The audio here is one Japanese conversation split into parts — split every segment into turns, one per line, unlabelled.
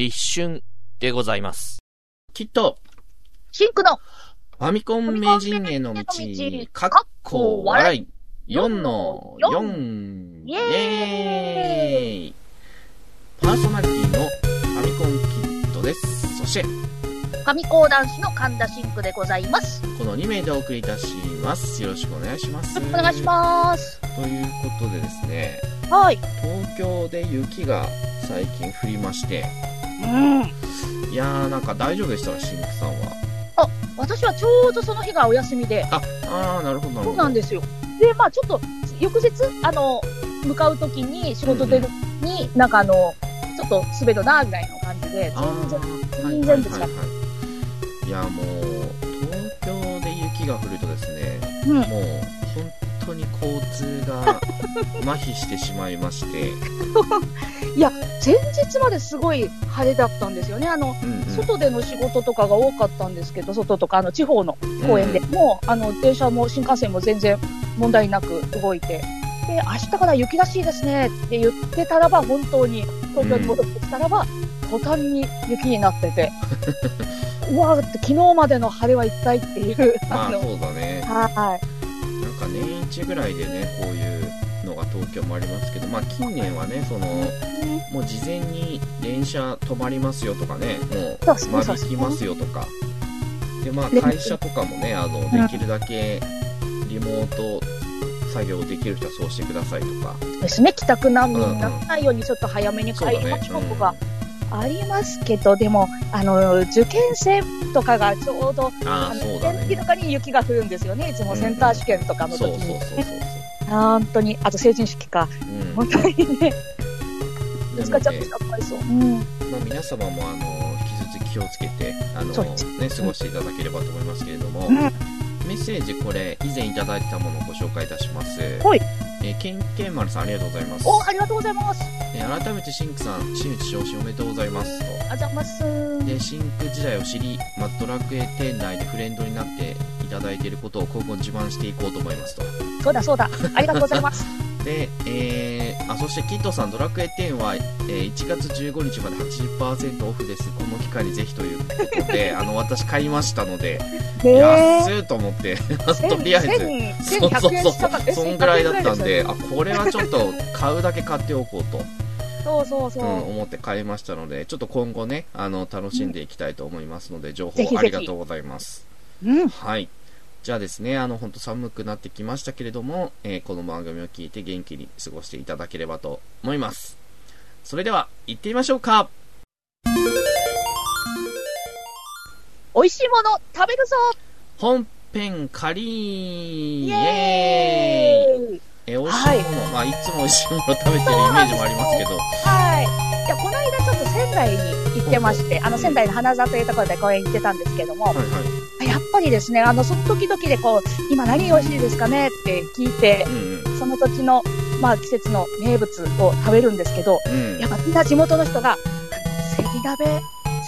立春でございます。きっと、
シンクの
ファミコン名人への道、かっこ笑い、4の4、
イ
イ
エ
エーイパーソナリティのファミコンキッドです。そして、
神高男子の神田シンクでございます。
この2名でお送りいたします。よろしくお願いします。
お願いします。
す。ということでですね、
はい。
東京で雪が最近降りまして、
うん。
いやーなんか大丈夫でしたか、シンクさんは。
私はちょうどその日がお休みで、
あ、あー、なるほど、なるほど。
そうなんですよ。で、まあちょっと、翌日、あの、向かうときに、仕事出るに、なんかあの、ちょっと滑るな、ぐらいの感じで、
あー
全然全然違う
いやもう東京で雪が降るとですね
うん。
もう本当に交通 が麻痺してしまいまして、
前日まですごい晴れだったんですよね。あの、
うんうん
外での仕事とかが多かったんですけど、外とか、あの、地方の公園で、もうあの電車も新幹線も全然問題なく動いて、で明日から雪らしいですねって言ってたらば、本当に東京に戻ってきたらば、途端に雪になってて、 うわーって、昨日までの晴れは一体っていう、
ま
あ
あ
の
そうだね
はい
なんか年一ぐらいでねこういうのが東京もありますけどまあ近年はねそのもう事前に電車止まりますよとかねも
そうそうう
間
そう
引きますよとかでまあ
ね
会社とかもねあの
ん
できるだけリモート作業できる人はそうしてくださいとか
ですね、帰宅難民
うんうん
にならないように、ちょっと早めに
そう
帰
だ
り
ね
ましょうとか。ありますけど、でも、あの、受験生とかがちょうど、
うんああ
の、
そう
受
だ
験の時
ね
とかに雪が降るんですよね、いつもセンター試験とかの時
そうそう
に
そう。そうそう
本当に、あと成人式か。
うん
本当にね、ぶ
な
つか
の
っちゃっ
で
て、かわいそう。うん。
まあ、皆様もあの引き続き気をつけてあの、
そうです
ね、過ごしていただければと思いますけれども、
うん
メッセージこれ以前いただいたものをご紹介いたします
はい
えーけんけんまるさんありがとうございます
お、ありがとうございます。
えー改めてシンクさん真打ち昇進おめでとうございますと
あざます。
でシンク時代を知りマッドラクエ店内でフレンドになっていただいていることを今後自慢していこうと思いますと
そうだそうだ。ありがとうございます。
で、えー、あそしてキッドさんドラクエ10は、えー1月15日まで80%オフですこの機会にぜひということ であの私買いましたので
ねえ。
安っと思って
千
とりあえず
千
そうそう
千百円
そう
したかっ
そんぐらいだったん。
千
であこれはちょっと買うだけ買っておこうと、
そうそう
うん、
そ
思って買いましたのでちょっと今後ねあの楽しんでいきたいと思いますので情報
ぜひぜひ
ありがとうございます
う。うん。
はい。じゃあですね、あの、本当寒くなってきましたけれども、えーこの番組を聞いて元気に過ごしていただければと思います。それでは、行ってみましょうか
美味しいもの食べるぞ
本編仮
イ
イ
エ
エーイ
ーイ
えー、美味しいもの、まあ、いつも美味しいもの食べてるイメージもありますけど、
はい。いや、この間ちょっと仙台に行ってまして、あの仙台の花座というところで公園行ってたんですけども、
はいは
やっぱりですね、あの、その時々でこう、今何美味しいですかねって聞いて、
い。うん
その土地の、まあ、季節の名物を食べるんですけど、
うん。うん
やっ。ぱみんな地元の人が、あのせり鍋、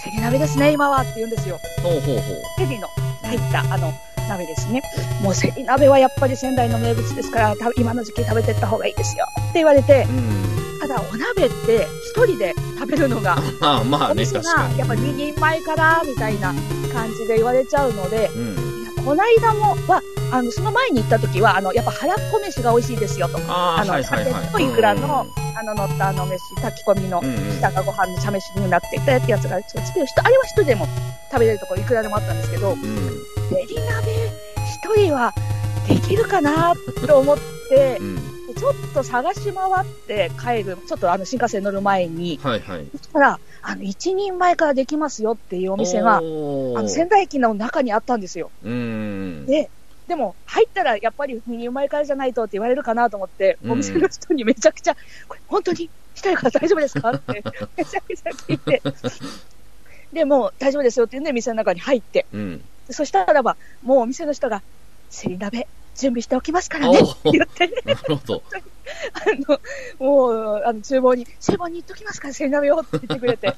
せり鍋ですね、今はって言うんですよ。
ほうほうほう。
せりの入った、あの、鍋ですね。もうせり鍋はやっぱり仙台の名物ですから、た今の時期食べてった方がいいですよって言われて
う、ん。
ただお鍋って一人で食べるのが、
まあ まあ
お
ね、
店
確か
が
に。
やっぱ2人前からみたいな感じで言われちゃうので、
うん。
いやこないだもは、あの、その前に行った時は、あの、やっぱ腹っこ飯が美味しいですよと。
ああ、
あの
はいはいはい。
鮭とイクラのあの、乗ったあの飯、炊き込みの
うん、うん。
下がご飯の茶飯になっていたやつがちょっと作る人、あれは一人でも食べれるところいくらでもあったんですけど、
うん。
練り鍋一人はできるかなと思って
う、ん。
ちょっと探し回って帰る、ちょっとあの新幹線乗る前に、
はいはい。
そしたら、あの、一人前からできますよっていうお店が、
おー
あの、仙台駅の中にあったんですよ。
うん。
ででも、入ったらやっぱり二人前からじゃないとって言われるかなと思って、
うん
お店の人にめちゃくちゃ、これ本当に一人から大丈夫で すかって、めちゃくちゃ聞いて、で、もう大丈夫ですよって言うんで、店の中に入って、
うん。
そしたらば、もうお店の人が、せり鍋、準備しておきますからねって
おー
言って、
な
ね、
るほど。
あの、もう、あの、厨房に、厨房に行っときますから、せり鍋をって言ってく れて、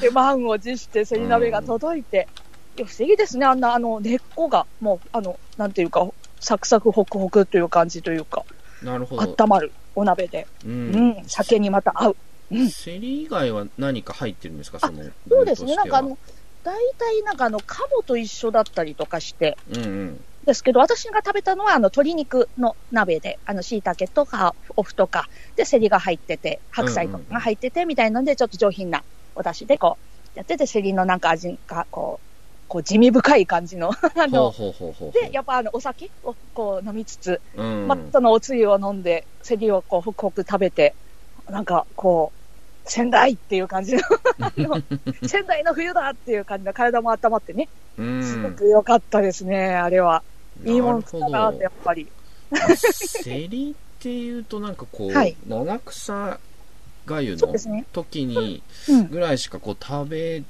で、満を持してせり鍋が届いて、いや、不思議ですね、あんな、あの、根っこが、もう、あの、なんていうか、サクサクホクホクという感じというか、
なるほど。
温まるお鍋で、
う。
うんん、酒にまた合う。うん
セリ以外は何か入ってるんですか、その具
そうですね、
と
な
し
ん
て
か
は
あの、大体なんかあの、カモと一緒だったりとかして、
うんうん。
ですけど、私が食べたのはあの鶏肉の鍋で、あの、椎茸とか、お麩とか、で、セリが入ってて、白菜とかが入ってて、みたいなので、ちょっと上品なお出汁でこう、やってて、セリのなんか味が、こう、こう地味深い感じの、 あ
ほう
の、
ほうほうほうほう。
で、やっぱあの、お酒をこう飲みつつ、
うん、
まあ、そのおつゆを飲んで、セリをこう、ホクホク食べて、なんかこう、仙台っていう 感じのあの、仙台の冬だっていう感じの体も温まってね、
うん
すごく良かったですね、あれは。いいもん食ったな
な
っ
る
て、やっぱり。
ほどセリっていうと、なんかこう、
はい
七草がゆ
そう
の
ですね。
時に
うん。
ぐらいしかこう食べ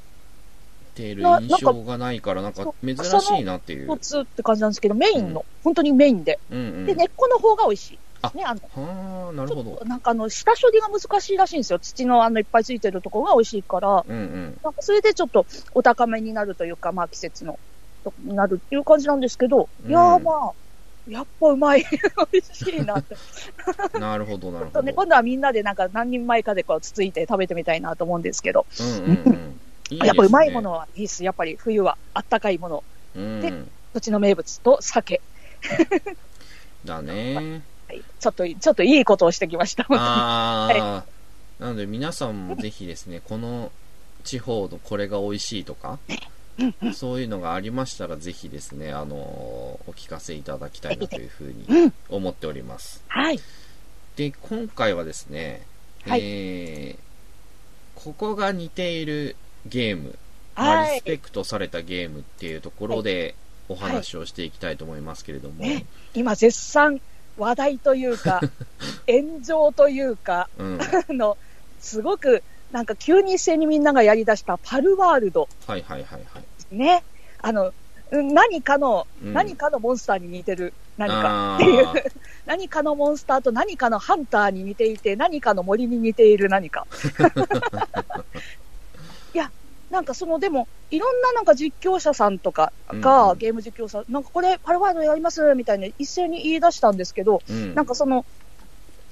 てる
ななんか
印象がないから、なんか珍しいなっていう。
一つって感じなんですけど、メインの、本当にメインで。
うんうん
で、根っこの方が美味しい。
あ
ね、あの、
はあ、なる
ち
ほ
ょっ
ど
と。なんかあの、下処理が難しいらしいんですよ。土のあの、いっぱいついてるところが美味しいから、
うんうん。
なんかそれでちょっとお高めになるというか、まあ季節の、とになるっていう感じなんですけど、
うん
いやーまあ、やっぱうまい。 美味しいなって。ち
なるほど、な
ょ
る
っ
ほ
と
ど
ね、。今度はみんなでなんか何人前かでこうつついて食べてみたいなと思うんですけど、
うんうんうん。いいですね
やっぱうまいもの。はいいです。やっぱり冬はあったかいもの、
うんうん。
土地の名物と酒。
だね。
はいちょっと、ちょっといいことをしてきました。
ああ、なので皆さんもぜひですね、この地方のこれが美味しいとか、そういうのがありましたら、ぜひですね、あのーお聞かせいただきたいなというふう
う
に
ん
思っております。
はい。
で、今回はですね、
はい
えーここが似ているゲーム、まあ
は
リ
い
ス。ペクトされたゲームっていうところでお話をしていきたいと思いますけれども、
ね今絶賛話題とい うか、炎上というか、
うん、
あの、すごく、なんか急に一斉にみんながやり出したパルワールド
はいはいはいはい。
ね。あの、うん何かの、
うん
何かのモンスターに似てる。何か。
か
っていう何かのモンスターと何かのハンターに似ていて、何かの森に似ている 何か。いや、なんかその、でも、いろんななんか実況者さんとか
うん
が、
うん
ゲーム実況者、なんかこれ、パルワールドやりますみたいな一斉に言い出したんですけど、
うん
なんかその、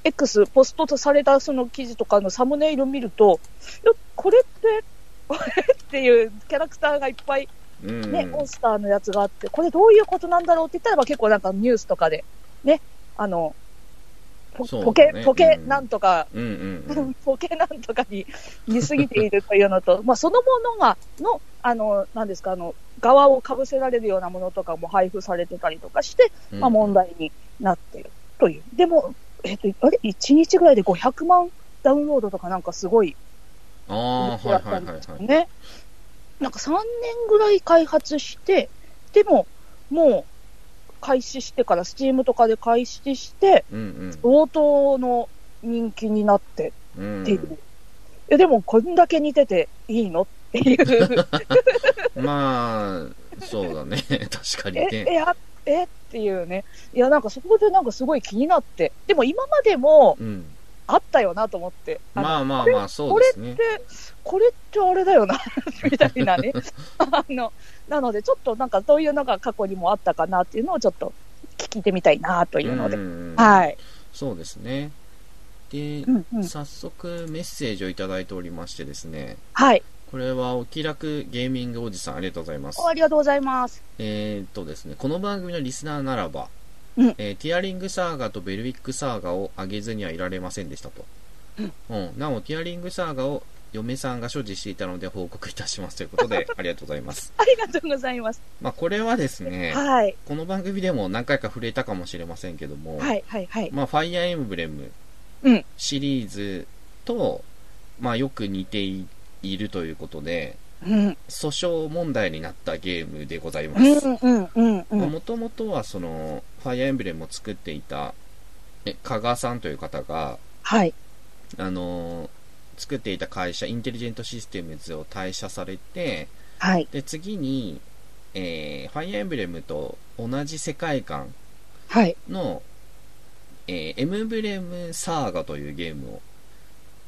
X ポストとされたその記事とかのサムネイル見ると、いやこれって、 これっていうキャラクターがいっぱい、
うん
ね、モンスターのやつがあって、これどういうことなんだろうって言ったらば結構なんかニュースとかで、ね、あの、ポ
そうだ
ポケ、
ね
ポケ
うん
なんとか、
うんうんうん、
ポケなんとかに似すぎているという のと、まあそのものが、の、あの、なんですか、あの、側をかぶせられるようなものとかも配布されてたりとかして、
うん
まあ、問題になってるという。でも、えっ、と、あれ ?1 日ぐらいで500万ダウンロードとかなんかすごい
ああ、はい
や
は
っ
いは
た
い
ん
は
ですよ
い。
ね。なんか3年ぐらい開発して、でも、もう、開始してから、スチームとかで開始して、
うん
冒頭の人気になって
うん。
っていう。いや、でも、こんだけ似てていいのって いう。
うん、まあ、そうだね。 確かに
え、
ね。
え、あえっていうね。いや、なんかそこでなんかすごい気になって。でも今までも
うん。
あったよなと思って。あの
まあまあまあ、そうですね。
これってあれだよな みたいなねあのなのでちょっとなんかどういうのが過去にもあったかなっていうのをちょっと聞いてみたいなというので、
ん。
はいい、
そうですね。で
う、んうん、
早速メッセージをいただいておりましてですね。
はい
これはお気楽ゲーミングおじさんありがとうございます
お。ありがとうございます
えーっとですね、この番組のリスナーならば、
うん
えーティアリングサーガとベルウィックサーガをあげずにはいられませんでしたと。うん。なお、ティアリングサーガを嫁さんが所持していたので報告いたしますということ で、ありがとうございます。
ありがとうございます
まあ、これはですね、
はい
この番組でも何回か触れたかもしれませんけども、
はいはいはい
まあ、ファイアーエムブレム
うん
シリーズと、まあ、よく似ているということで、
うん
訴訟問題になったゲームでございま
う
す。
んうんうんうん
もともとはその、ファイアーエンブレムを作っていた、え、加賀さんという方が、
はい
あのー作っていた会社、インテリジェントシステムズを退社されて、
はい
で、次に、えーファイアーエンブレムと同じ世界観
はい
の、えーエムブレムサーガというゲーム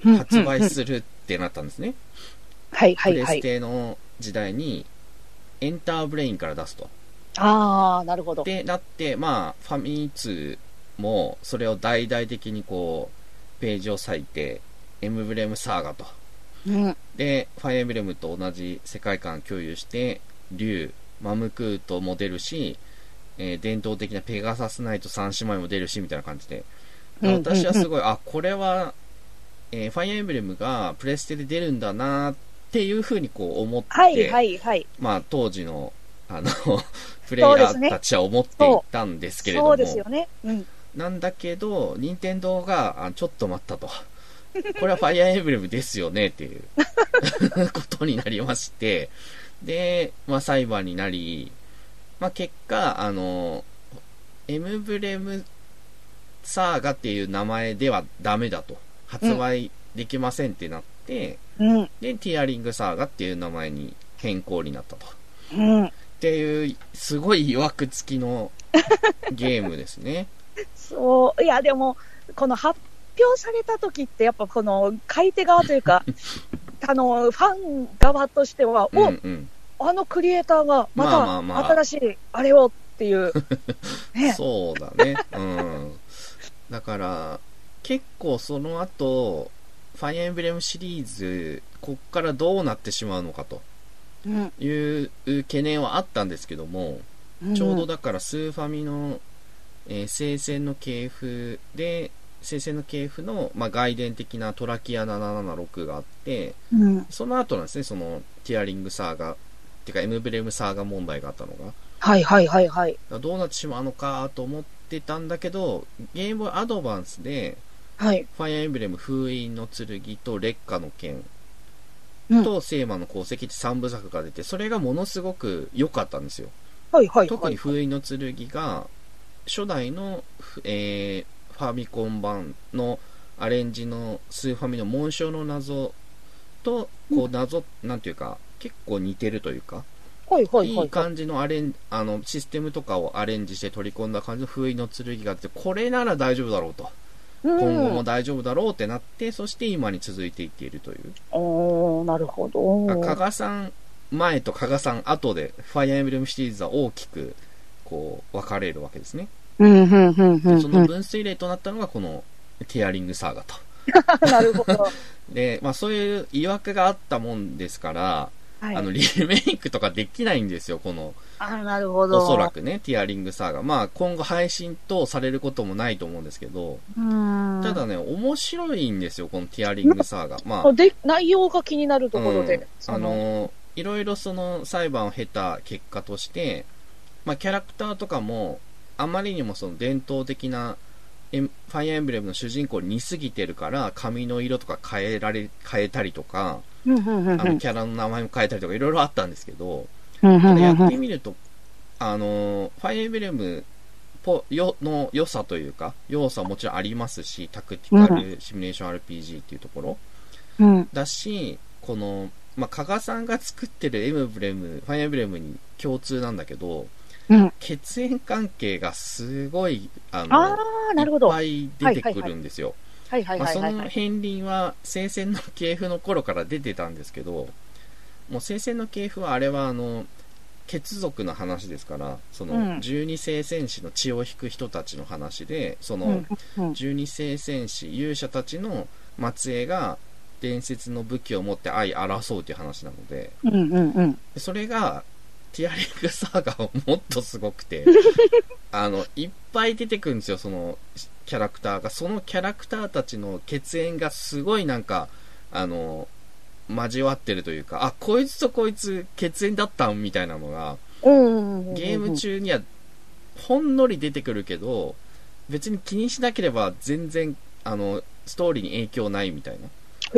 うん
を発売
うんうん
するってなったんですね。
はいはい
プ
は
レス
い
テの時代に、エンターブレインから出すと。
ああなるほど
でなって、まあ、ファミ通もそれを大々的にこうページを割いてエムブレムサーガと。
うん。
で、ファイアエムブレムと同じ世界観共有して、竜、マムクートも出るし、えー伝統的なペガサスナイト3姉妹も出るし、みたいな感じで。
うんうんうん
私はすごい、あ、これは、えーファイアエムブレムがプレステで出るんだなっていうふうにこう思って、
はいはいはい。
まあ当時の、あの、 プレイヤーたちは思っていたんですけれど
そ
も、
うですよね。うん。
なんだけど、任天堂が、あちょっと待ったと。これはファイアーエンブレムですよねっていう ことになりまして、で、まあ裁判になり、まあ結果、あの、エムブレムサーガっていう名前ではダメだと。発売できませんってなって、
うん。
で、ティアリングサーガっていう名前に変更になったと。っ
うん。
ていう、すごい曰く付きのゲームですね。
そう。いや、でも、この発表された時って、やっぱこの買い手側とい うか、あの、ファン側としては、
う
お、
んうん。
あのクリエイターが
ま
ま
あまあまあ
た新しいあれをっ ていう。ね。
そうだね。うん。だから、結構その後、ファイアエンブレムシリーズ、こっからどうなってしまうのかと
うん
いう懸念はあったんですけども、ちょうどだからスーファミの、えー聖戦の系譜で、聖戦の系譜の、まあ、外伝的なトラキア776があって、
うん。
その後なんですね、その、ティアリングサーガ、ってかエムブレムサーガ問題があったのが。
はいはいはいはい。
だからどうなってしまうのかと思ってたんだけど、ゲームボーイアドバンスで、
はい。
ファイアーエンブレム封印の剣と烈火の剣
うん
と聖魔の功績って3部作が出て、それがものすごく良かったんですよ。
はいはいはい。
特に封印の剣が、初代の、ふえーファミコン版のアレンジのスーファミの紋章の謎と、こう謎、なんていうか、結構似てるというか、
はいはい
い
はい
い。感じのアレンあのシステムとかをアレンジして取り込んだ感じの封印の剣があって、これなら大丈夫だろうと、
うん
今後も大丈夫だろうってなって、そして今に続いていっているという、
おーなるほど。
あ加賀さん前と加賀さん後で、ファイアーエンブレムシリーズは大きくこう分かれるわけですね、
うん、うん、うん、うん。
その分水嶺となったのが、このティアリングサーガと。
なるほ ど。
でまあ、そういう疑惑があったもんですから、
はい。
あのリメイクとかできないんですよ、この
あーなるほど。
おそら。くね、ティアリングサーガ。まあ、今後配信とされることもないと思うんですけど、
うん。
ただね、面白いんですよ、このティアリングサーガ。まあ、
あ、で、内容が気になるところ
うん
で。
あ、の、いろいろその裁判を経た結果として、まあ、キャラクターとかも、あまりにもその伝統的な、エンファイアーエンブレムの主人公に似すぎてるから、髪の色とか変えられ、変えたりとか、
うん、うん、う
あ
ん、う
の、
ん。
キャラの名前も変えたりとか、いろいろあったんですけど、
うん、う
ただ
んう
や
んう
って
ん。
みると、あの、ファイアエンブレムぽよの良さというか、要素はもちろんありますし、タクティカルシミュレーション RPG っていうところ
うん、
だし、この、まあ、加賀さんが作ってるエムブレム、ファイアエンブレムに共通なんだけど、
うん。
血縁関係がすごい、あの、
あー、なるほど。はい
いっぱい出てくるんですよ。
い、はい、
まあ、
はい。
そ
は
の片
い
鱗は、聖戦の系譜の頃から出てたんですけど、もう聖戦の系譜はあれはあの、血族の話ですから、そ
うん
の、十二聖戦士の血を引く人たちの話で、そうの
ん、、うん。
十二聖戦士、勇者たちの末裔が、伝説の武器を持って相争うという話なので、
うん、うん、うん。
でそれが、ティアリングサーガーはもっとすごくて、あの、いっぱい出てくるんですよ、そのキャラクターが。そのキャラクターたちの血縁がすごいなんか、あの、交わってるというか、あ、こいつとこいつ血縁だったんみたいなのが、
うん。
ゲーム。中にはほんのり出てくるけど、別に気にしなければ全然、あの、ストーリーに影響ないみたいな。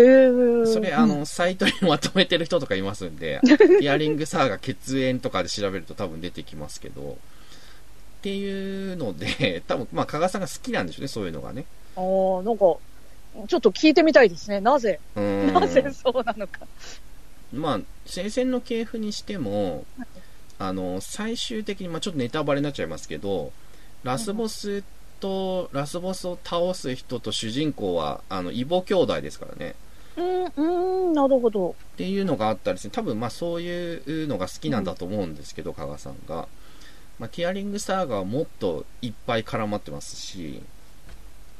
へー。
それ、あ
うん、
の、サイトにまとめてる人とかいますん で、ティアリングサーが血縁とかで調べると多分出てきますけど、っていうので、多分、まあ、加賀さんが好きなんでしょうね、そういうのがね。
あー、なんか、ちょっと聞いてみたいですね。なぜ、
うーん
なぜそうなのか。
まあ、聖戦の系譜にしても、あの、最終的に、まあ、ちょっとネタバレになっちゃいますけど、ラスボスと、ラスボスを倒す人と主人公は、あの、異母兄弟ですからね。
うん、うん、なるほど。
っていうのがあったりして、多分まあそういうのが好きなんだと思うんですけど、加賀さんが。まあ、ティアリングサーガーはもっといっぱい絡まってますし、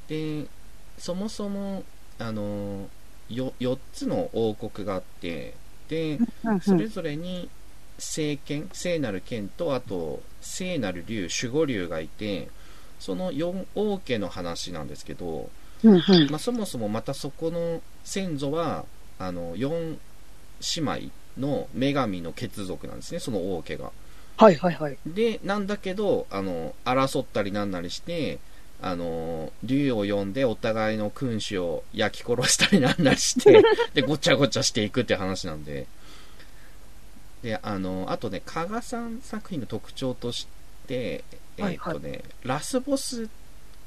で、そもそも、あの、よ4つの王国があってで
うんうん
それぞれに聖剣聖なる剣とあと聖なる竜守護竜がいてその4王家の話なんですけど、
うんうん
まあ、そもそもまたそこの先祖はあの4姉妹の女神の血族なんですねその王家が。
はいはいはい。
で、なんだけど、あの、争ったりなんなりして、あの、竜を呼んでお互いの君主を焼き殺したりなんなり して、で、ごちゃごちゃしていくって話なんで。で、あの、あとね、加賀さん作品の特徴として、え
は
ー
いはい
っとね、ラスボス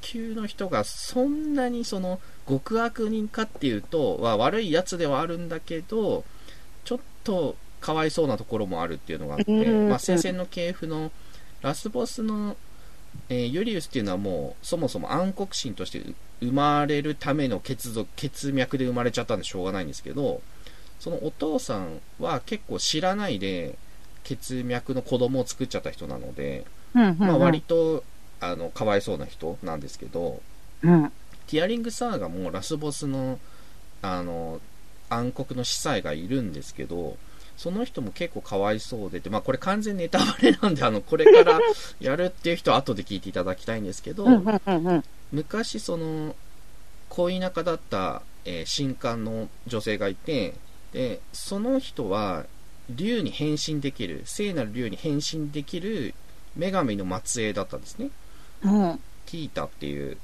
級の人がそんなにその、極悪人かっていうと、は悪いやつではあるんだけど、ちょっとかわいそうなところもあるっていうのがあって、
うん
まあ、聖戦の系譜のラスボスの、えーユリウスっていうのはもうそもそも暗黒神としてう生まれるための血族血脈で生まれちゃったんでしょうがないんですけどそのお父さんは結構知らないで血脈の子供を作っちゃった人なので、
うんうんうん
まあ、割とあのかわいそうな人なんですけど、
うん
ティアリングサーガもラスボスのあの暗黒の司祭がいるんですけどその人も結構かわいそうでて、まあ、これ完全ネタバレなんであのこれから やるっていう人は後で聞いていただきたいんですけど、
うんうんうんうん
昔その恋仲だった、えー神官の女性がいてでその人は竜に変身できる聖なる竜に変身できる女神の末裔だったんですね
うん
ティータっていう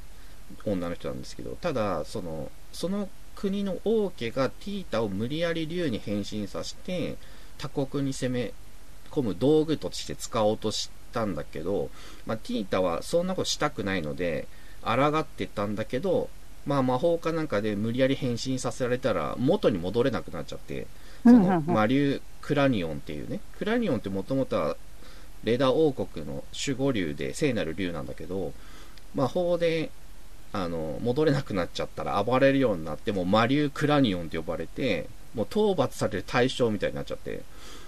女の人なんですけどただそのその国の王家がティータを無理やり竜に変身させて他国に攻め込む道具として使おうとしたんだけど、まあ、ティータはそんなことしたくないので抗ってたんだけど、まあ、魔法かなんかで無理やり変身させられたら元に戻れなくなっちゃってそ
うんうんう
の
ん
マリュー・クラニオンっていうねクラニオンってもともとはレダ王国の守護竜で聖なる竜なんだけど魔法であの戻れなくなっちゃったら暴れるようになってもうマリュー・クラニオンって呼ばれてもう討伐される対象みたいになっちゃって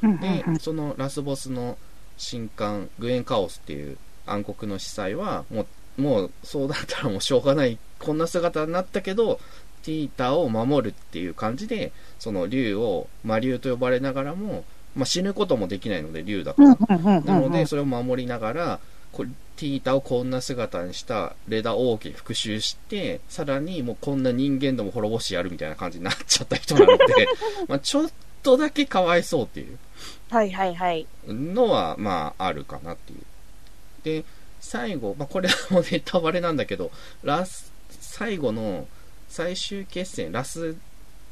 うんうん
でそのラスボスの神官グエン・カオスっていう暗黒の司祭はもうもうそうだったらもうしょうがないこんな姿になったけどティータを守るっていう感じでその竜を魔竜と呼ばれながらも、まあ、死ぬこともできないので竜だか
う
ら、
んうんうんうん
なので、それを守りながら、こティータをこんな姿にしたレダ王家に復讐して、さらにもうこんな人間ども滅ぼしてやるみたいな感じになっちゃった人な ので、まあちょっとだけかわいそうっていう
はいはいはい。
のは、まああるかなっていう。で、最後、まあこれもネタバレなんだけど、ラス、最後の最終決戦、ラス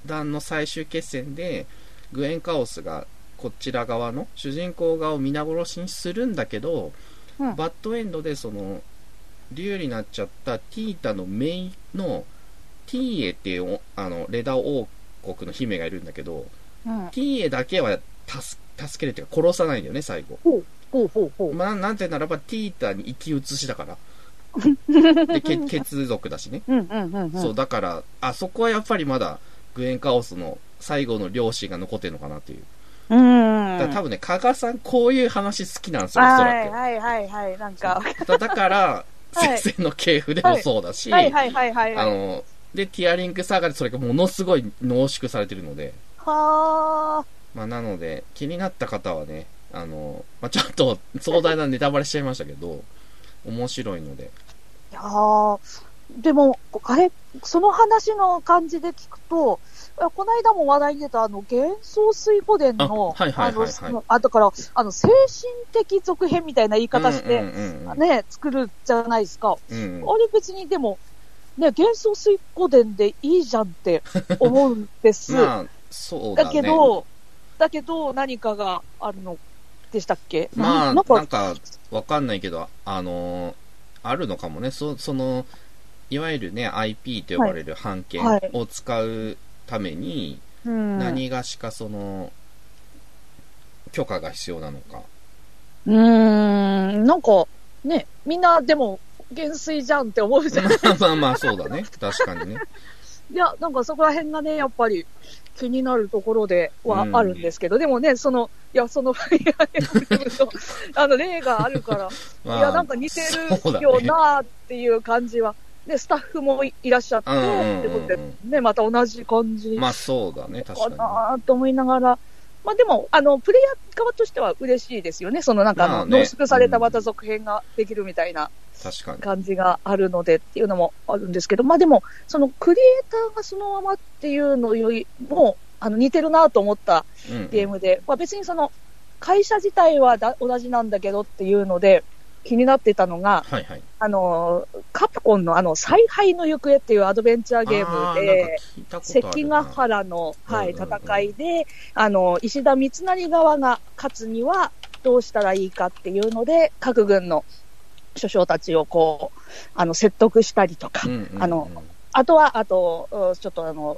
段の最終決戦で、グエンカオスがこちら側の主人公側を皆殺しにするんだけど、
うん
バッドエンドでその竜になっちゃったティータの姪のティーエっていうおあのレダ王国の姫がいるんだけど
うん
ティーエだけは助助けるっていうか殺さないんだよね最後、
ほうほうほう。
まあ、なんてならばティータに生き写しだからで 血血族だしね
うんうんうんうん。
そう、だから、あそこはやっぱりまだ、グエンカオスの最後の両親が残ってるのかなっていう。
うーん。
だから多分ね、加賀さん、こういう話好きなんですよ、おそ
は
ら
い
く。
はいはいはい。なんか、
だだから、
はい
先生の系譜でもそうだし、
はいはいはいはい。
あの、で、ティアリングサーガでそれがものすごい濃縮されてるので、
は
まあ、なので、気になった方はね、あの、まあ、ちょっと壮大なネタバレしちゃいましたけど、面白いので。
ー。いやーでも、あれ、その話の感じで聞くと、あこの間も話題に出た、あの、幻想水滸伝の、
あはいはいはいはい
あのその、あ、だから、あの、精神的続編みたいな言い方し
うん
て、
うんうん
ね、作るじゃないですか。
うんうん
あれ別にでも、ね、幻想水滸伝でいいじゃんって思うんで す。
まあ、そうだ
だ
ね。
けど、だけど何かがあるのでしたっけ
まあ、な
な
ん
んか、
か、わかんないけど、あのーあるのかもね。そその、いわゆるね、IP と呼ばれる版権
はい
を使うために、
うん、
何がしかその、許可が必要なのか。
うーん、なんか、ね、みんなでも、減衰じゃんって思うじゃん。
まあまあ、そうだね。確かにね。
いや、なんかそこら辺がね、やっぱり気になるところではあるんですけど、でもね、その、いや、その、いやあの、例があるから、
まあ、
いや、なんか似て
そうだね
るよなっていう感じはで、スタッフもいらっしゃって、
うんうん
ってこと
う
で、
ん
ね、また同じ感じ
うん。まあそうだね、確か
か
に。
なと思いながら、まあでも、あの、プレイヤー側としては嬉しいですよね。そのなんかあの、
まあね
濃縮されたまた続編ができるみたいな
確かに。
感じがあるのでっていうのもあるんですけど、まあでも、そのクリエイターがそのままっていうのよりも、あの、似てるなと思った
うんうん
ゲームで、まあ別にその、会社自体はだ同じなんだけどっていうので、気になってたのが、
はいはい。
あの、カプコンのあの、采配の行方っていうアドベンチャーゲームで、
あー、なんか聞
関
いた
ヶ
ことある
原の、はい、
うんうんうん
戦いで、あの、石田三成側が勝つにはどうしたらいいかっていうので、各軍の諸将たちをこう、あの、説得したりとか、
な。うんうんうん
あの、あとは、あと、うんちょっとあの、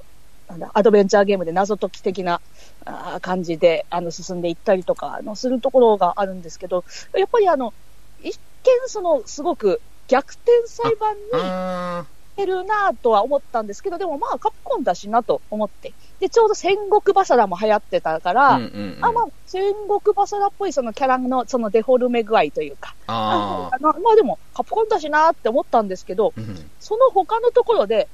なんだアドベンチャーゲームで謎解き的なあー感じであの進んでいったりとかあのするところがあるんですけど、やっぱりあの、一見その、すごく逆転裁判に
あ
ってるなぁとは思ったんですけど、でもまあカプコンだしなと思って。で、ちょうど戦国バサラも流行ってたから、
ー、うんうんうん
あ、まあ、戦国バサラっぽいそのキャラのそのデフォルメ具合というか、
あ
あのまあでもカプコンだしなって思ったんですけど、
ー。うん
その他のところで、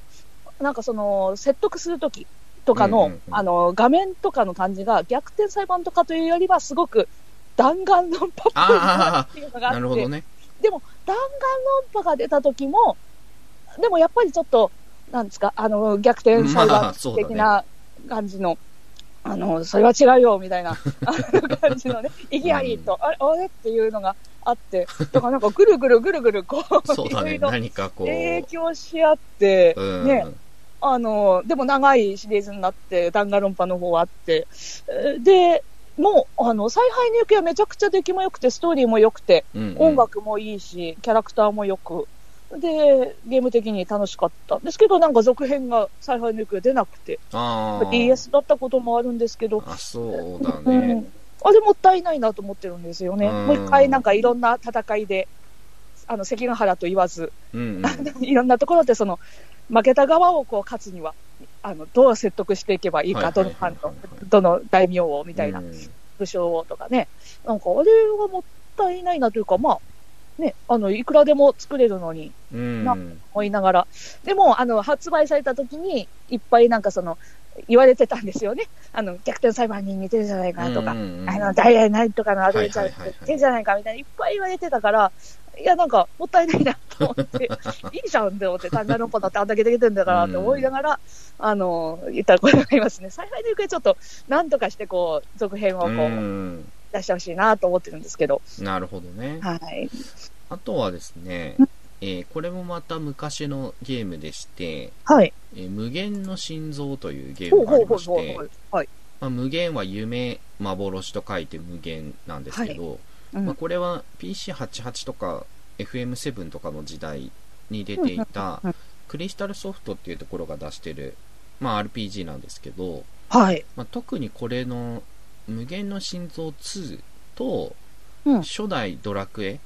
なんかその説得するときとかの、
うんうんうん
あの、画面とかの感じが逆転裁判とかというよりはすごく弾丸論破っぽいなっていうの があって、
なるほどね。
弾丸論破が出た時も、でもやっぱりちょっと、なんですか、あの、逆転裁
まあ
判
そうだ
的
ね
な感じの、あの、それは違うよ、みたいなあの感じのね、意義ありと、あれ、あれっていうのがあって、だからなんかぐるぐるぐるぐるこう、
そうだね。
いろいろ
何かこう。
影響し合って、
うん
ね、あの、でも長いシリーズになって、弾丸論破の方はあって、えーで、もう、あの、采配の行方はめちゃくちゃ出来も良くて、ストーリーも良くて、
うんうん
音楽もいいし、キャラクターもよく、で、ゲーム的に楽しかったんですけど、なんか続編が再配の行方出なくて、
あー
DS だったこともあるんですけど、
あ、そうだ
う
ね。
ん、あれもったいないなと思ってるんですよね。
うん
もう一回なんかいろんな戦いで、あの、関ヶ原と言わず、
うんうん。
いろんなところでその、負けた側をこう勝つには、あの、どう説得していけばいい
は
か、
いは
ど
い
の
はいはい
藩の、どの大名をみたいな
う。ん
武将をとかね、なんかあれはもったいないなというか、まあ、ね、あの、いくらでも作れるのに
うん。
な思いながら、でも、あの、発売された時に、いっぱいなんかその、言われてたんですよね。あの、逆転裁判に似てるじゃないかとか、
うんうんうん
あの、ダイヤないとかのアドベンチャー
はいはいはいはい
似てるじゃないかみたいな、いっぱい言われてたから、いや、なんか、もったいないなと思 って、いいじゃんって思って、単ンダロンパだってあんだけできてるんだからって思いながら、あの、言ったらこれがありますね。最大の行方ちょっと、なんとかしてこう、続編をこう、
うん
出してほしいなと思ってるんですけど。
なるほどね。
はい。
あとはですね、えーこれもまた昔のゲームでして、
はい。
えー無限の心臓というゲー
ほう
ムがあ
ほう
り
ほ
ま
う
し
ほ
て、
う。はい。
まあ、無限は夢、幻と書いて無限なんですけど、
うん
まあ、これは PC88 とか FM7 とかの時代に出ていた
うんうんうん
クリスタルソフトっていうところが出してる、まあ、RPG なんですけど、
はい。
まあ、特にこれの無限の心臓2と
うん
初代ドラクエ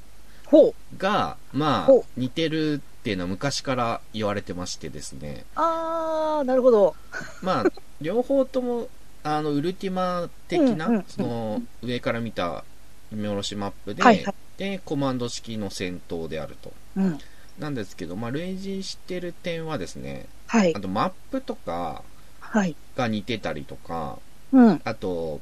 ほう。
が、まあ
ほう、
似てるっていうのは昔から言われてましてですね、
あー、なるほど。
まあ、両方とも、あの、ウルティマ的
うんうんう、
なんその、上から見た見下ろしマップで、
はいはい
で、コマンド式の戦闘であると。
うん。
なんですけど、まあ、類似してる点はですね、
はい
あ。とマップとか
はい。
が似てたりとか、
うん。
あと、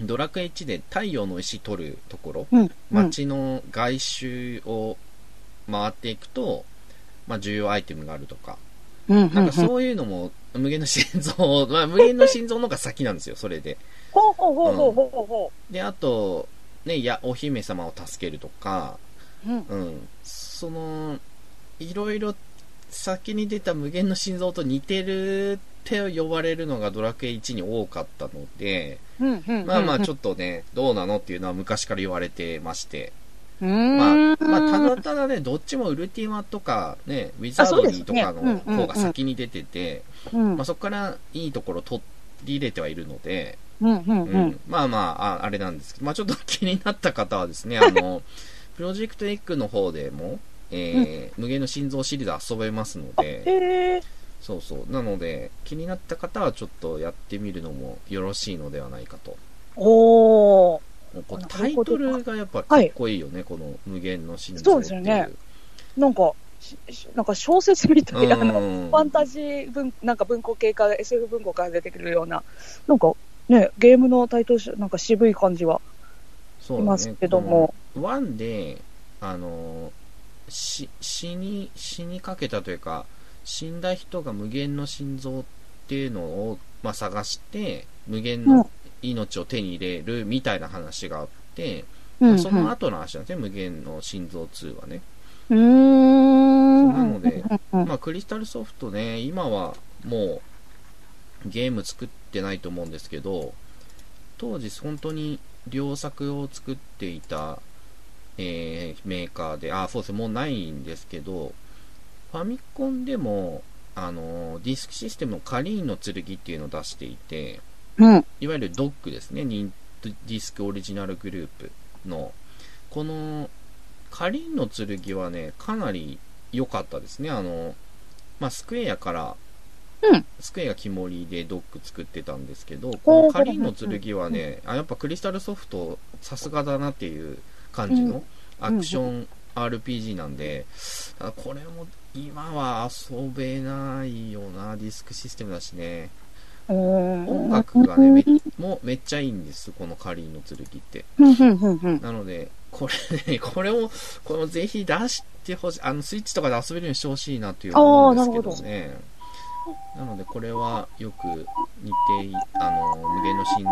ドラクエ1で太陽の石取るところ、
うん。うん。
街の外周を回っていくと、まあ、重要アイテムがあるとか、
うん。
なんか
うん。
そういうのも、無限の心臓、 まあ、無限の心臓の方が先なんですよ、それで。
ほうほうほうほうほうほうほ
で、あと、ね、や、お姫様を助けるとか、
う。うん。
うん、その、いろいろ先に出た無限の心臓と似てるって呼ばれるのがドラクエ1に多かったので、
うん。うん。
まあまあち
ょっ
ょっとね、どうなのっていうのは昔から言われてまして、
と、
ま
ま
あ、まあ、ただただね、どっちもウルティマとか、ね、ウィザードリーとか
あそう
の
ですねうんうんう
方
ん
が先に出てて、
うん。
まあ、そこからいいところ取り入れてはいるので、
うん。うん。
う
うん。
ん、まあまああ、あれなんですけど、まあちょっと気になった方はです ね、あの、プロジェクトエッグの方でも、えー無限の心臓シリーズ遊べますので、
へえ。
そうそう。なので、気になった方はちょっとやってみるのもよろしいのではないかと。
おー。
こう
なる
タイ
ほ
ト
ど
ルがやっぱかっこいいよね、この無限の心臓っていう。
そうですよねなんか、ししなんか小説みたいな、あの
うん
ファンタジー文、なんか文庫系から SF 文庫から出てくるような、なんかね、ゲームのタイトルし、なんか渋い感じは
そう
し
だね
ますけども、
このワンであのし死に死にかけたというか死んだ人が無限の心臓っていうのを、まあ、探して無限
うん
の命を手に入れるみたいな話があって、
うんうん
その後の話なんですね、無限の心臓2はね、
うーん。
なので、
うん
まあ、クリスタルソフトね今はもうゲーム作ってないと思うんですけど当時本当に良作を作っていた、えーメーカーであそうですもうないんですけどファミコンでもあのディスクシステムのカリーンの剣っていうのを出していて
うん。
いわゆるドッグですね、ニンディスクオリジナルグループの、この、カリンの剣はね、かなり良かったですね。あの、まあ、スクエアから、
うん
スクエア肝折りでドッグ作ってたんですけど、こ
ほ
の
う
カリンの剣はね、あやっぱクリスタルソフト、さすがだなっていう感じのアクション RPG なんで、あこれも今は遊べないよな、ディスクシステムだしね。音
音
楽がね、めもうめっちゃいいんです、このカリーの剣って。
うんうんうんうん。
なので、これね、 これを、これもぜひ出してほしい。あの、スイッチとかで遊べるようにしてほしいなっていう思うんですけどね。なので、これはよく似てい、あの、無限の心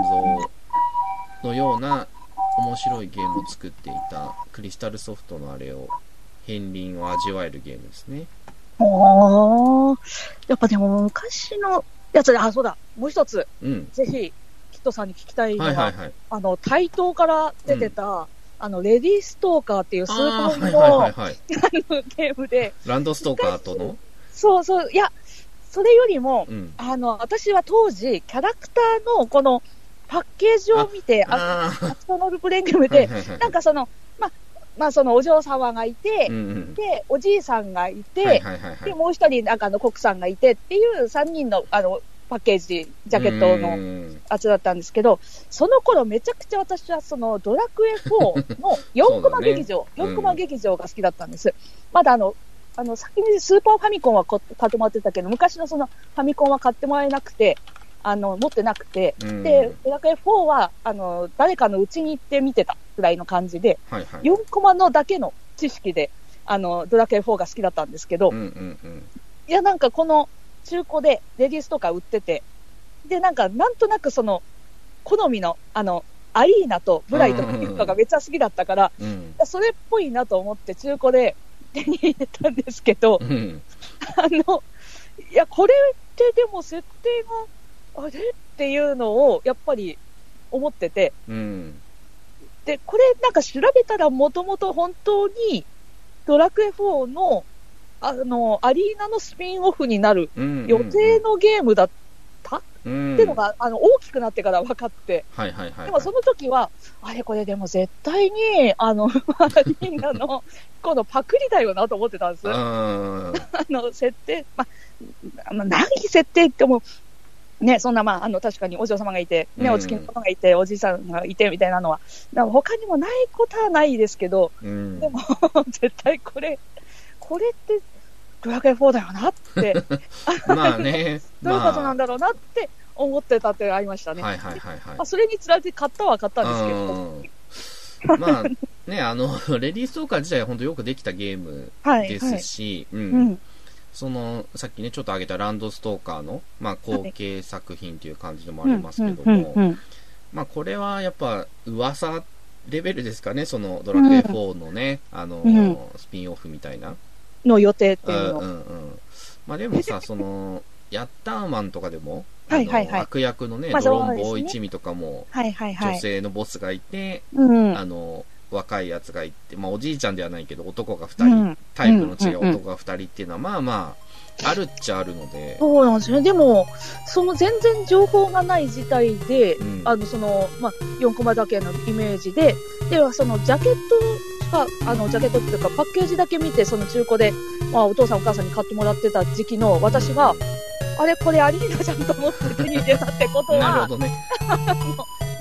臓のような面白いゲームを作っていたクリスタルソフトのあれを、片鱗を味わえるゲームですね。
ああ。やっぱでも昔のやつで、あ、そうだ、もう一つ、
うん。
ぜひ、キットさんに聞きたいのは、
はいはいはい。
あの、台東から出てた、あの、レディーストーカーっていうスーパ
あー
ー
はい
の、
はいはいはい。
あのゲームで、
ランドストーカーとの、
そうそう、いや、それよりも、
うん。
あの、私は当時、キャラクターのこの、パッケージを見て、あ
ああ。
の、そのルプレンゲーム
はい
で、
はいはい
なんかその、ま、まあ、そのお嬢様がいて、
うんうん
で、おじいさんがいて、
はいはいはいはい
で、もう一人、なんかあの、コックさんがいてっていう3人の、あの、パッケージ、ジャケット
う
の
ん
やつだったんですけど、その頃めちゃくちゃ私はそのドラクエ4の 4コマ劇場、
そうだねうん
4コマ劇場が好きだったんです。まだあの、あの、先にスーパーファミコンはこ買ってもらってたけど、昔のそのファミコンは買ってもらえなくて、あの、持ってなくて、
うん
で、ドラクエ4は、あの、誰かの家に行って見てたくらいの感じで、
はいはい
4コマのだけの知識で、あの、ドラクエ4が好きだったんですけど、
うんうんうん
いや、なんかこの中古でレディースとか売ってて、で、なんかなんとなくその、好みの、あの、アリーナとブライトの結果がめっちゃ好きだったから、
うん
それっぽいなと思って中古で手に入れたんですけど
う、ん
あの、いや、これってでも設定が、あれっていうのをやっぱり思ってて、
うん
で、これなんか調べたらもともと本当にドラクエ4の、あの、アリーナのスピンオフになる
うん
予定のゲームだっ
うん
てのが、あの大きくなってから分かって、
はいはいはい
でもその時は、あれこれでも絶対に、あの、 アリーナ の、このパクリだよなと思ってたんです。あ
あー
の、設定、まあ、まあない設定っても、ね、そんな、まあ、あの、確かにお嬢様がいて、ね、
うん
お付きの方がいて、おじいさんがいて、みたいなのは、なんか他にもないことはないですけど、
うん
でも絶対これ、これって、ドラクエ4だよなって、
まあ ね
どういうこと
ま
な
あ
んだろうなって思ってたってありましたね。
はいはいはいはい
まあ、それにつられて買ったは買ったんですけど、
うんまあねあのレディーストーカー自体は本当よくできたゲーム
はい、
で
は
す
い。
しう
うんん、
そのさっきねちょっと挙げたランドストーカーのまあ後継作品という感じでもありますけども、
うんうんうん
まあ、これはやっぱ噂レベルですかね、そのドラクエ4のね、あのースピンオフみたいな。
の予定って
う
い
ん
うの。
うんうん。まあでもさ、その、ヤッターマンとかでも、
はいはい
あ
はい
の悪役のね、
まあ
ドロ
そう
ン
ですね
ボー一味とかも、
はいはいは
女
い。
性のボスがいて、
うん
あの、若いやつがいて、まあおじいちゃんではないけど、男が
う
二人、
ん、
タイプの違う
うんうんうん
男が二人っていうのは、まあまあ、あるっちゃあるので、
そうなんですね。でも、その全然情報がない事態で、
うん
あの、その、まあ、4コマだけのイメージで、では、その、ジャケットしか、あの、ジャケットっていうか、パッケージだけ見て、その中古で、まあ、お父さんお母さんに買ってもらってた時期の私が、あれ、これアリーナじゃんと思って手に入れたってこと
うん、なる
は
ほ、どね。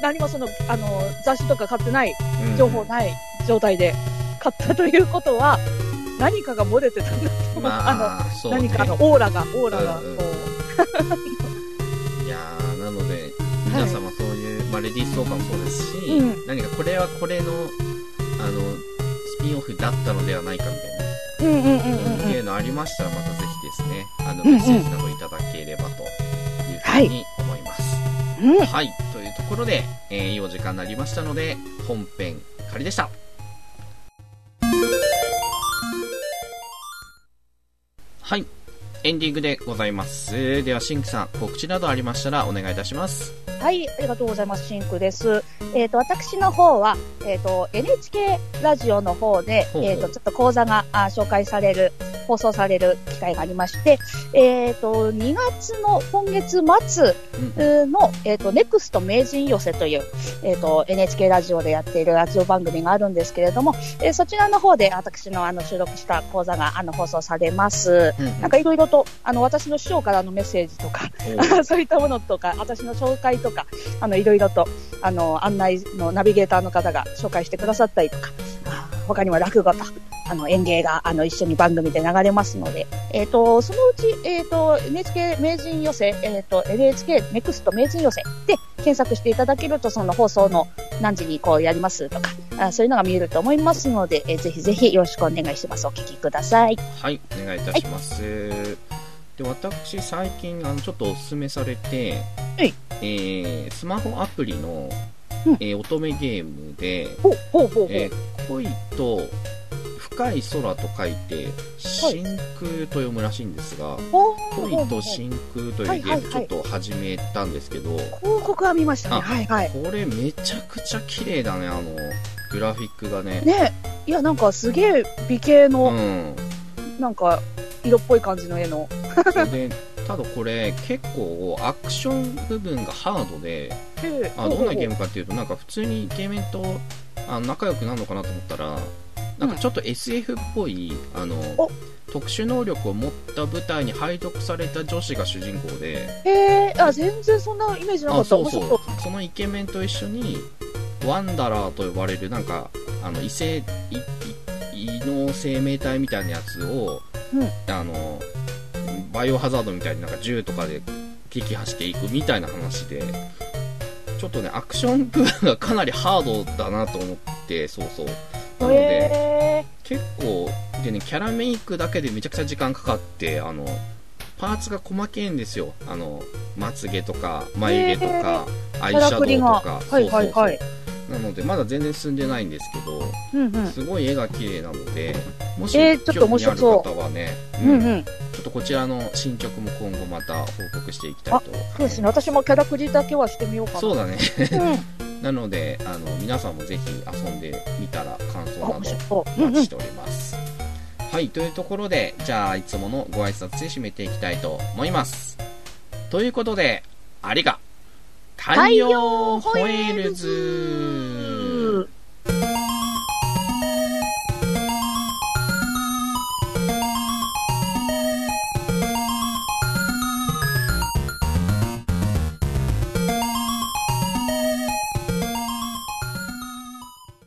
何もその、あの、雑誌とか買ってない
うん
情報ない状態で買ったということは、何かが漏れてたんだと思う。あ
まあ、そ
の、
うね。
何かのオーラが、オーラが、こ
う
う、
んうんいやーなので、皆様そういう、まあ、レディーストーカーもそうですし、
うん
何かこれはこれの、あの、スピンオフだったのではないかみたいな、
うんうんうんうん
うんっていうのありましたら、またぜひですね、あの、
うんうん
メッセージなどいただければというふうに思います。
うん。うん。
はい、というところで、えーいいお時間になりましたので、本編仮でした。はい、エンディングでございます。では、シンクさん、告知などありましたらお願いいたします。
はい、ありがとうございます。シンクです。えっ、と、私の方は、えっ、と、NHK ラジオの方で、
ほうほう
えっ、と、ちょっと講座があ紹介される、放送される機会がありまして、えっ、と、2月の今月末
うん
の、えっ、と、ネクスト名人寄せという、えっ、と、NHK ラジオでやっているラジオ番組があるんですけれども、えーそちらの方で私のあの収録した講座があの放送されます。
うん
なんかいろいろと、あの、私の師匠からのメッセージとか、
おー
そういったものとか、私の紹介とか、あの、いろいろと、あの、案内のナビゲーターの方が紹介してくださったりとか、あー他にも落語と、あの、演芸が、あの、一緒に番組で流れますので、えっ、と、そのうち、えっ、と、NHK 名人寄せ、えっ、と、NHK ネクスト名人寄せで検索していただけると、その放送の何時にこうやりますとか、あーそういうのが見えると思いますので、えーぜひぜひよろしくお願いします。お聞きください。
はい、お願いいたします。で、私、最近、あの、ちょっとお勧めされて、
はい
えースマホアプリの、
うん
えー乙女ゲームで、
ほうほうほうほう。
えー恋と深い空と書いて真空と読むらしいんですが、
ほうほうほ
恋
う
と真空というゲ
は
ー
いはい
ムち
は
ょ
い
っと始めたんですけど、
広告は見ましたね。
あ
はいはい。
これめちゃくちゃ綺麗だねあのグラフィックがね
ねいやなんかすげえ美形
う
の
ん
なんか色っぽい感じの絵の
それでただこれ結構アクション部分がハードであどんなゲームかっていうとなんか普通にイケメンとあ仲良くなるのかなと思ったらなんかちょっと SF っぽいあの
お
特殊能力を持った舞台に配属された女子が主人公で
へえあ全然そんなイメージなか
あ
った
そうそ
面白
うそのイケメンと一緒にワンダラーと呼ばれるなんかあの異性いい異能生命体みたいなやつを、
うん
あのバイオハザードみたいになんか銃とかで撃破していくみたいな話でちょっとねアクション部分がかなりハードだなと思ってそうそうなの
へ
で
え
結構でねキャラメイクだけでめちゃくちゃ時間かかってあのパーツが細けえんですよあのまつげとか眉毛とかアイシ
キャ
ャ
ラ
ド
ク
ウ
リ
と
が
か
はいはいは
そうそうそ
い
うなのでまだ全然進んでないんですけど、
うんうん
すごい絵が綺麗なのでもし
え
興
ーちょっと面
味あ
白
る
そう
方はね、
う
うん
ん
ちょ
うん、
っとこちらの進捗も今後また報告していきたいと
そうですね。私もキャラクリだけはしてみようかな。
そうだね
うん、
なのであの皆さんもぜひ遊んでみたら感想な
あ、面
ど
白そ
お
う。う
待
んう
ち
ん
し、ております。はい、というところで、じゃあ、いつものご挨拶で締めていきたいと思います。ということで、ありが、太陽ホエールズ